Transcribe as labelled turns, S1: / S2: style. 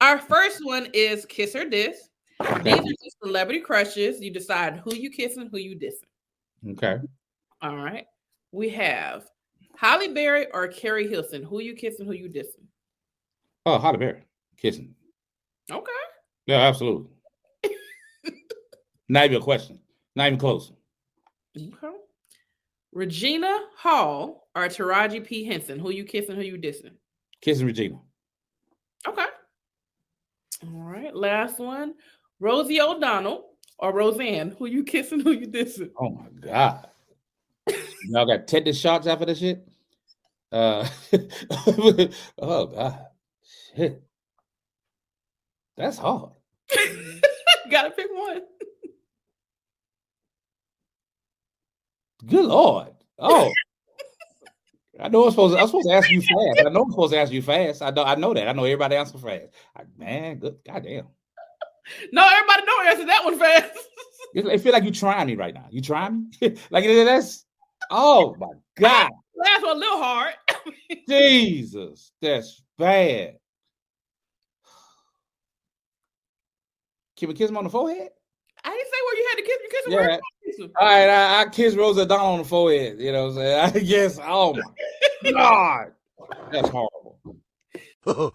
S1: Our first one is kiss or diss. These are just celebrity crushes. You decide who you kissing, who you dissing.
S2: Okay.
S1: All right. We have Holly Berry or Carrie Hilson. Who you kissing, who you dissing?
S2: Oh, Holly Berry kissing.
S1: Okay.
S2: Yeah, absolutely. Not even a question. Not even close.
S1: Okay. Regina Hall or Taraji P. Henson. Who you kissing, who you dissing?
S2: Kissing Regina.
S1: Okay. All right. Last one. Rosie O'Donnell or Roseanne. Who you kissing? Who you dissing?
S2: Oh my god. Y'all got tetanus shots after this shit. Uh, oh god, shit. That's hard.
S1: Gotta pick one.
S2: Good lord. Oh, I know I'm supposed. To, I'm supposed to ask you fast. I know I'm supposed to ask you fast. I know. I know that. I know everybody answer fast. I, man, good goddamn.
S1: No, everybody don't answer that one fast.
S2: It, it feel like you trying me right now. You trying me? like that's. Oh my god,
S1: Last one a little hard.
S2: Jesus, that's bad. Can we kiss him on the forehead?
S1: I didn't say where you had to kiss. You kiss
S2: Yeah.
S1: where you kiss him.
S2: All right, I, I kissed Rosa Dawn on the forehead. You know what I'm saying? I guess. Oh my god, that's horrible.